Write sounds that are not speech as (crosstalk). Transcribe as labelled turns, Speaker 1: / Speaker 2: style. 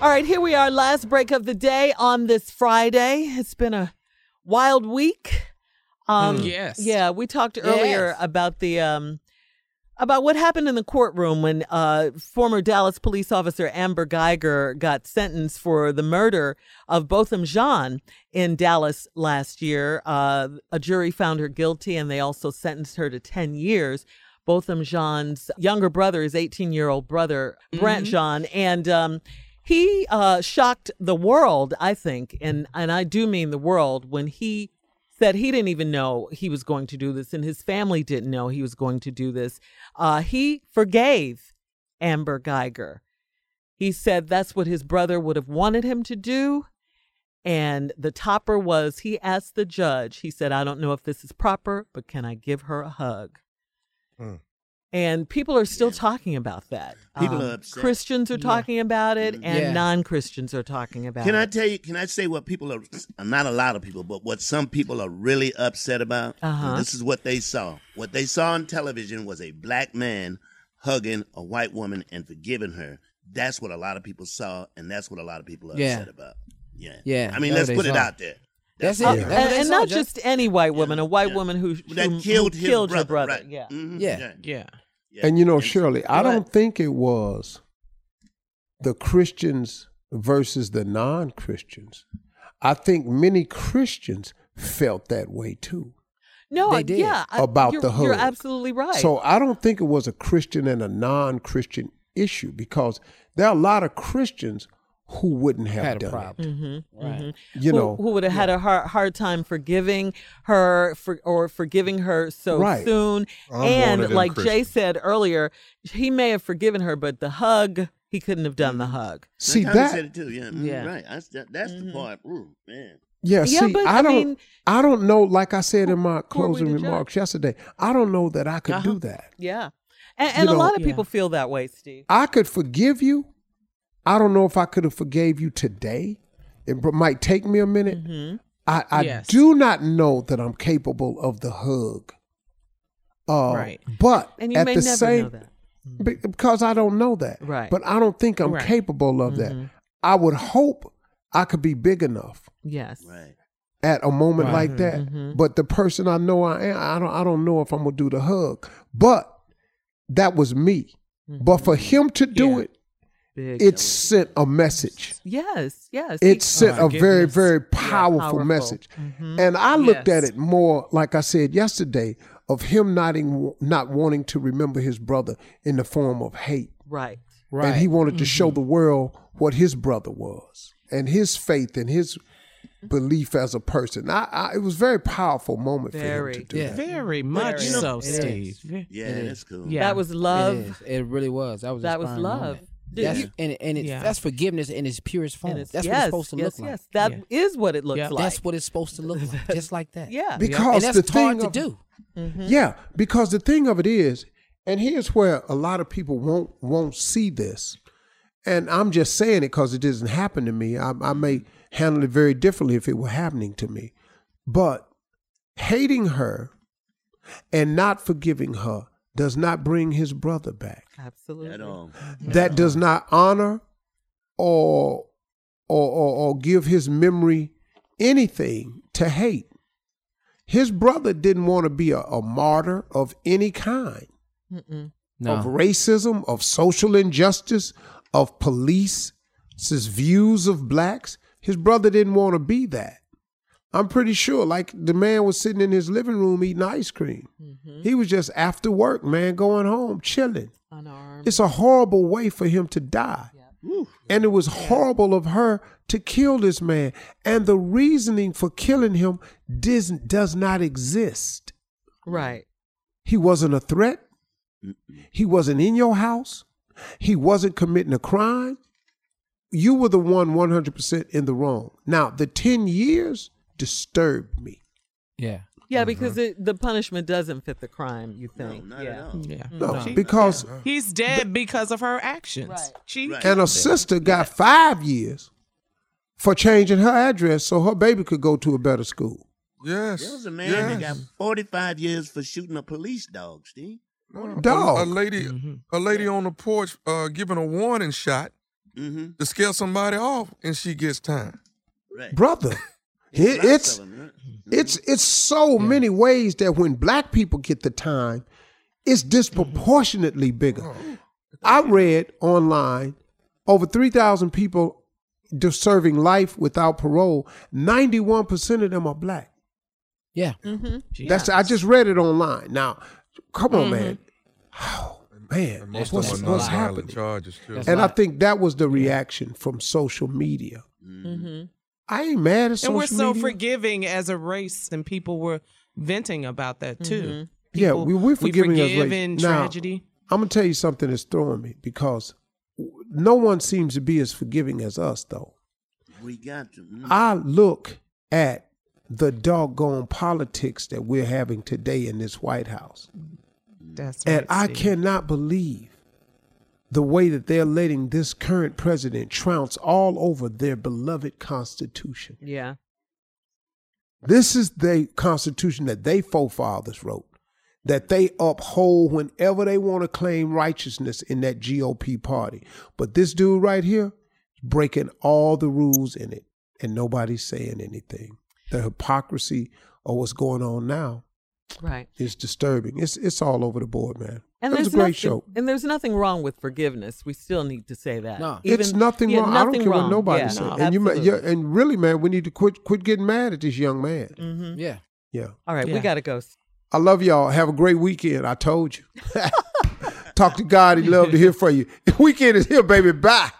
Speaker 1: All right, here we are, last break of the day on this Friday. It's been a wild week. Um,
Speaker 2: Hmm.
Speaker 3: Mm.
Speaker 4: Yes.
Speaker 1: Yeah, we talked earlier
Speaker 4: Yes.
Speaker 1: about the um, about what happened in the courtroom when uh, former Dallas police officer Amber Geiger got sentenced for the murder of Botham Jean in Dallas last year. Uh, a jury found her guilty, and they also sentenced her to ten years. Botham Jean's younger brother, his 18 year old brother, Brent Jean, and um, he uh, shocked the world, I think, and and I do mean the world when he said he didn't even know he was going to do this, and his family didn't know he was going to do this. Uh, he forgave Amber Geiger. He said that's what his brother would have wanted him to do. And the topper was he asked the judge, he said, I don't know if this is proper, but can I give her a hug?
Speaker 5: Mm.
Speaker 1: And people are still talking about that. Um,
Speaker 5: People are upset. Mm,
Speaker 1: Christians are talking about it, and
Speaker 4: Yeah.
Speaker 1: non Christians are talking about
Speaker 5: Can I
Speaker 1: it.
Speaker 5: tell you? Can I say what people are? Not a lot of people, but what some people are really upset about.
Speaker 1: Uh-huh.
Speaker 5: This is what they saw. What they saw on television was a black man hugging a white woman and forgiving her. That's what a lot of people saw, and that's what a lot of people are
Speaker 4: Yeah.
Speaker 5: upset about. Yeah.
Speaker 4: Yeah,
Speaker 5: I mean,
Speaker 4: that's
Speaker 5: let's
Speaker 4: what
Speaker 5: put
Speaker 4: they
Speaker 5: it
Speaker 4: saw.
Speaker 5: out there.
Speaker 4: That's
Speaker 1: Uh,
Speaker 4: it.
Speaker 1: and,
Speaker 4: That's what they
Speaker 1: and
Speaker 4: saw,
Speaker 1: not
Speaker 4: Jeff.
Speaker 1: just any white woman, a white
Speaker 5: yeah.
Speaker 1: woman who,
Speaker 5: That
Speaker 1: who-
Speaker 5: killed
Speaker 1: who
Speaker 5: his
Speaker 1: killed her
Speaker 5: brother.
Speaker 1: brother.
Speaker 5: Right.
Speaker 1: Yeah.
Speaker 3: Mm.
Speaker 5: Mhm,
Speaker 4: Yeah.
Speaker 2: Yeah.
Speaker 5: yeah.
Speaker 3: And you know,
Speaker 5: And-
Speaker 3: Shirley, I
Speaker 1: Go
Speaker 3: don't think it was the Christians versus the non Christians. I think many Christians felt that way too.
Speaker 1: No,
Speaker 4: They
Speaker 1: I-
Speaker 4: did.
Speaker 1: yeah. I-
Speaker 3: About
Speaker 1: you're,
Speaker 3: the hug.
Speaker 1: You're absolutely right.
Speaker 3: So I don't think it was a Christian and a non Christian issue because there are a lot of Christians who wouldn't have
Speaker 4: Had a
Speaker 3: done
Speaker 4: problem. Right.
Speaker 3: it.
Speaker 1: Mm-hmm,
Speaker 3: You
Speaker 1: who,
Speaker 3: know,
Speaker 1: who would have had a hard, hard time forgiving her for, or forgiving her so
Speaker 3: Right.
Speaker 1: soon.
Speaker 2: I'm one of
Speaker 1: and
Speaker 2: them
Speaker 1: like Jay
Speaker 2: Christians.
Speaker 1: said earlier, he may have forgiven her, but the hug, he couldn't have done the
Speaker 3: Mm-hmm.
Speaker 1: hug.
Speaker 3: see
Speaker 5: Sometimes I
Speaker 3: that
Speaker 5: said it too. Yeah. mhm,
Speaker 1: Yeah.
Speaker 5: Right. I, that- that's
Speaker 4: Mm-hmm.
Speaker 5: the part. Ooh, man.
Speaker 3: Yeah,
Speaker 1: Yeah,
Speaker 3: see,
Speaker 1: but,
Speaker 3: I,
Speaker 1: I
Speaker 3: don't,
Speaker 1: mean,
Speaker 3: I don't know. Like I said in my
Speaker 1: who are we
Speaker 3: closing
Speaker 1: to judge?
Speaker 3: remarks yesterday, I don't know that I could do that.
Speaker 1: Yeah. And, and a
Speaker 3: know,
Speaker 1: lot of
Speaker 4: yeah.
Speaker 1: people feel that way, Steve.
Speaker 3: I could forgive you. I don't know if I could have forgave you today. It b- might take me a minute. I, I
Speaker 4: Mm-hmm. Yes.
Speaker 3: do not know that I'm capable of the hug. Uh,
Speaker 4: Right.
Speaker 3: But
Speaker 1: And you
Speaker 3: at
Speaker 1: may
Speaker 3: the
Speaker 1: never
Speaker 3: same,
Speaker 1: know that.
Speaker 3: be- because I don't know that.
Speaker 1: Right.
Speaker 3: But I don't think I'm
Speaker 4: Right. Mm-hmm.
Speaker 3: capable of that. I would hope I could be big enough
Speaker 1: Yes.
Speaker 5: Right.
Speaker 3: at a moment
Speaker 4: Right. Mm-hmm.
Speaker 3: like that. But the person I know I am, I don't I don't know if I'm gonna do the hug. But that was me. But for him to do
Speaker 4: Mm-hmm. Yeah.
Speaker 3: it,
Speaker 1: Big
Speaker 3: it sent a message.
Speaker 1: Yes, yes.
Speaker 3: It
Speaker 1: He-
Speaker 3: sent
Speaker 4: my
Speaker 3: a very,
Speaker 4: goodness.
Speaker 3: very powerful,
Speaker 1: powerful.
Speaker 3: message. And I looked
Speaker 4: Mm-hmm. Yes.
Speaker 3: at it more, like I said yesterday, of him not, in, not wanting to remember his brother in the form of hate.
Speaker 1: right.
Speaker 4: Right. Mm-hmm.
Speaker 3: And he wanted to show the world what his brother was and his faith and his belief as a person. I, I, it was a very powerful moment
Speaker 1: Very.
Speaker 3: for him to do
Speaker 4: yeah.
Speaker 3: that.
Speaker 4: Very much
Speaker 1: is.
Speaker 4: so, Mm.
Speaker 1: It
Speaker 4: Steve. Ve-
Speaker 5: Yeah,
Speaker 4: it is.
Speaker 5: that's cool.
Speaker 4: Yeah.
Speaker 1: That was
Speaker 4: It,
Speaker 1: love.
Speaker 4: is. it really was. That was
Speaker 1: That was love. Did
Speaker 4: That's,
Speaker 1: you-
Speaker 4: and and it's,
Speaker 2: Yeah.
Speaker 4: that's forgiveness in its purest form.
Speaker 1: and it's-
Speaker 4: that's what
Speaker 1: yes,
Speaker 4: it's supposed to
Speaker 1: yes,
Speaker 4: look like.
Speaker 1: Yes, that
Speaker 2: Yeah.
Speaker 1: is what it looks
Speaker 2: Yeah.
Speaker 1: like.
Speaker 4: That's what it's supposed to look
Speaker 1: (laughs)
Speaker 4: like. Just like that.
Speaker 1: Yeah.
Speaker 3: Because
Speaker 4: and that's
Speaker 3: the
Speaker 4: hard
Speaker 3: thing
Speaker 4: to
Speaker 3: of-
Speaker 4: do.
Speaker 3: Yeah, because the thing of it is, and here's where a lot of people won't won't see this, and I'm just saying it because it doesn't happen to me. I, I may handle it very differently if it were happening to me, but hating her and not forgiving her does not bring his brother back.
Speaker 1: Absolutely.
Speaker 5: At um, all.
Speaker 3: That does not honor or or or, or give his memory anything to hate. His brother didn't want to be a, a martyr of any kind of
Speaker 4: No.
Speaker 3: racism, of social injustice, of police's views of blacks. His brother didn't want to be that. I'm pretty sure, like the man was sitting in his living room eating ice cream. He was just after work, man, going home, chilling.
Speaker 1: Unarmed.
Speaker 3: It's a horrible way for him to die. And it was horrible of her to kill this man. And the reasoning for killing him does, does not exist.
Speaker 1: Right.
Speaker 3: He wasn't a threat. He wasn't in your house. He wasn't committing a crime. You were the one 100% in the wrong. Now, the 10 years disturbed me.
Speaker 4: Yeah.
Speaker 3: Uh-huh.
Speaker 1: Yeah, because it, the punishment doesn't fit the crime, you
Speaker 5: No,
Speaker 1: think.
Speaker 5: not
Speaker 1: yeah.
Speaker 5: at all.
Speaker 4: Yeah.
Speaker 2: Mm,
Speaker 3: No, because
Speaker 2: He's dead because of her actions.
Speaker 1: Right.
Speaker 2: She
Speaker 5: Right.
Speaker 4: uh,
Speaker 3: and her sister got five years for changing her address so her baby could go to a better school.
Speaker 6: Yes.
Speaker 5: There was a man
Speaker 6: yes.
Speaker 5: that got 45 years for shooting a police dog, Steve.
Speaker 6: A-
Speaker 3: Dog.
Speaker 6: oh,
Speaker 5: Mm-hmm.
Speaker 6: A, lady, a lady on the porch uh, giving a warning shot
Speaker 5: Mm-hmm.
Speaker 6: to scare somebody off, and she gets time. oh,
Speaker 5: Right.
Speaker 3: brother.
Speaker 6: (laughs)
Speaker 3: it-
Speaker 5: Lots of
Speaker 3: it's
Speaker 5: them, right?
Speaker 3: it's it's so many ways that when black people get the time, it's
Speaker 6: Mm-hmm.
Speaker 3: disproportionately bigger.
Speaker 6: Oh,
Speaker 3: I read online over three thousand people de- serving life without parole. Ninety one percent of them are black.
Speaker 4: Yeah.
Speaker 3: That's I just read it online. Now, come on, man. Oh man,
Speaker 6: Mm-hmm. Most
Speaker 3: what's,
Speaker 6: of them are
Speaker 3: what's
Speaker 6: nonviolent
Speaker 3: happening?
Speaker 6: charges too.
Speaker 4: That's
Speaker 3: And I
Speaker 4: Right.
Speaker 3: think that was the reaction from social media. I ain't mad at
Speaker 2: Mm-hmm. and
Speaker 3: social
Speaker 2: we're so
Speaker 3: media.
Speaker 2: forgiving as a race, and people were venting about that too.
Speaker 4: Mm-hmm.
Speaker 3: yeah,
Speaker 2: People-
Speaker 3: we, we're forgiving
Speaker 2: we
Speaker 3: us
Speaker 2: forgive
Speaker 3: race.
Speaker 2: in
Speaker 3: Now,
Speaker 2: tragedy.
Speaker 3: I'm gonna tell you something that's throwing me because w- no one seems to be as forgiving as us, though.
Speaker 5: We got to.
Speaker 2: Mm-hmm.
Speaker 5: mhm.
Speaker 3: I look at the doggone politics that we're having today in this White House,
Speaker 2: That's
Speaker 3: and
Speaker 2: right,
Speaker 3: I
Speaker 2: Steve.
Speaker 3: cannot believe the way that they're letting this current president trounce all over their beloved Constitution.
Speaker 1: Yeah.
Speaker 3: This is the Constitution that they forefathers wrote, that they uphold whenever they want to claim righteousness in that GOP party. But this dude right here, breaking all the rules in it, and nobody's saying anything. The hypocrisy of what's going on now
Speaker 1: Right.
Speaker 3: is disturbing. It's it's all over the board, man.
Speaker 1: And
Speaker 3: it was
Speaker 1: there's
Speaker 3: a great
Speaker 1: nothing,
Speaker 3: show.
Speaker 1: And there's nothing wrong with forgiveness. We still need to say that.
Speaker 4: No.
Speaker 3: it's nothing
Speaker 1: yeah,
Speaker 3: wrong. I
Speaker 1: nothing
Speaker 3: don't care
Speaker 1: wrong.
Speaker 3: what nobody
Speaker 1: Yeah,
Speaker 3: says.
Speaker 1: no,
Speaker 3: and you, ma-
Speaker 1: absolutely.
Speaker 3: yeah, and really, man, we need to quit quit getting mad at this young man.
Speaker 1: Mm.
Speaker 4: Yeah.
Speaker 3: Yeah.
Speaker 1: Mm-hmm. All right, we
Speaker 2: Yeah.
Speaker 1: gotta go.
Speaker 3: I love y'all. Have a great weekend. (laughs) I told you. Talk to God. He'd love to hear from you. Weekend is here, baby. Bye.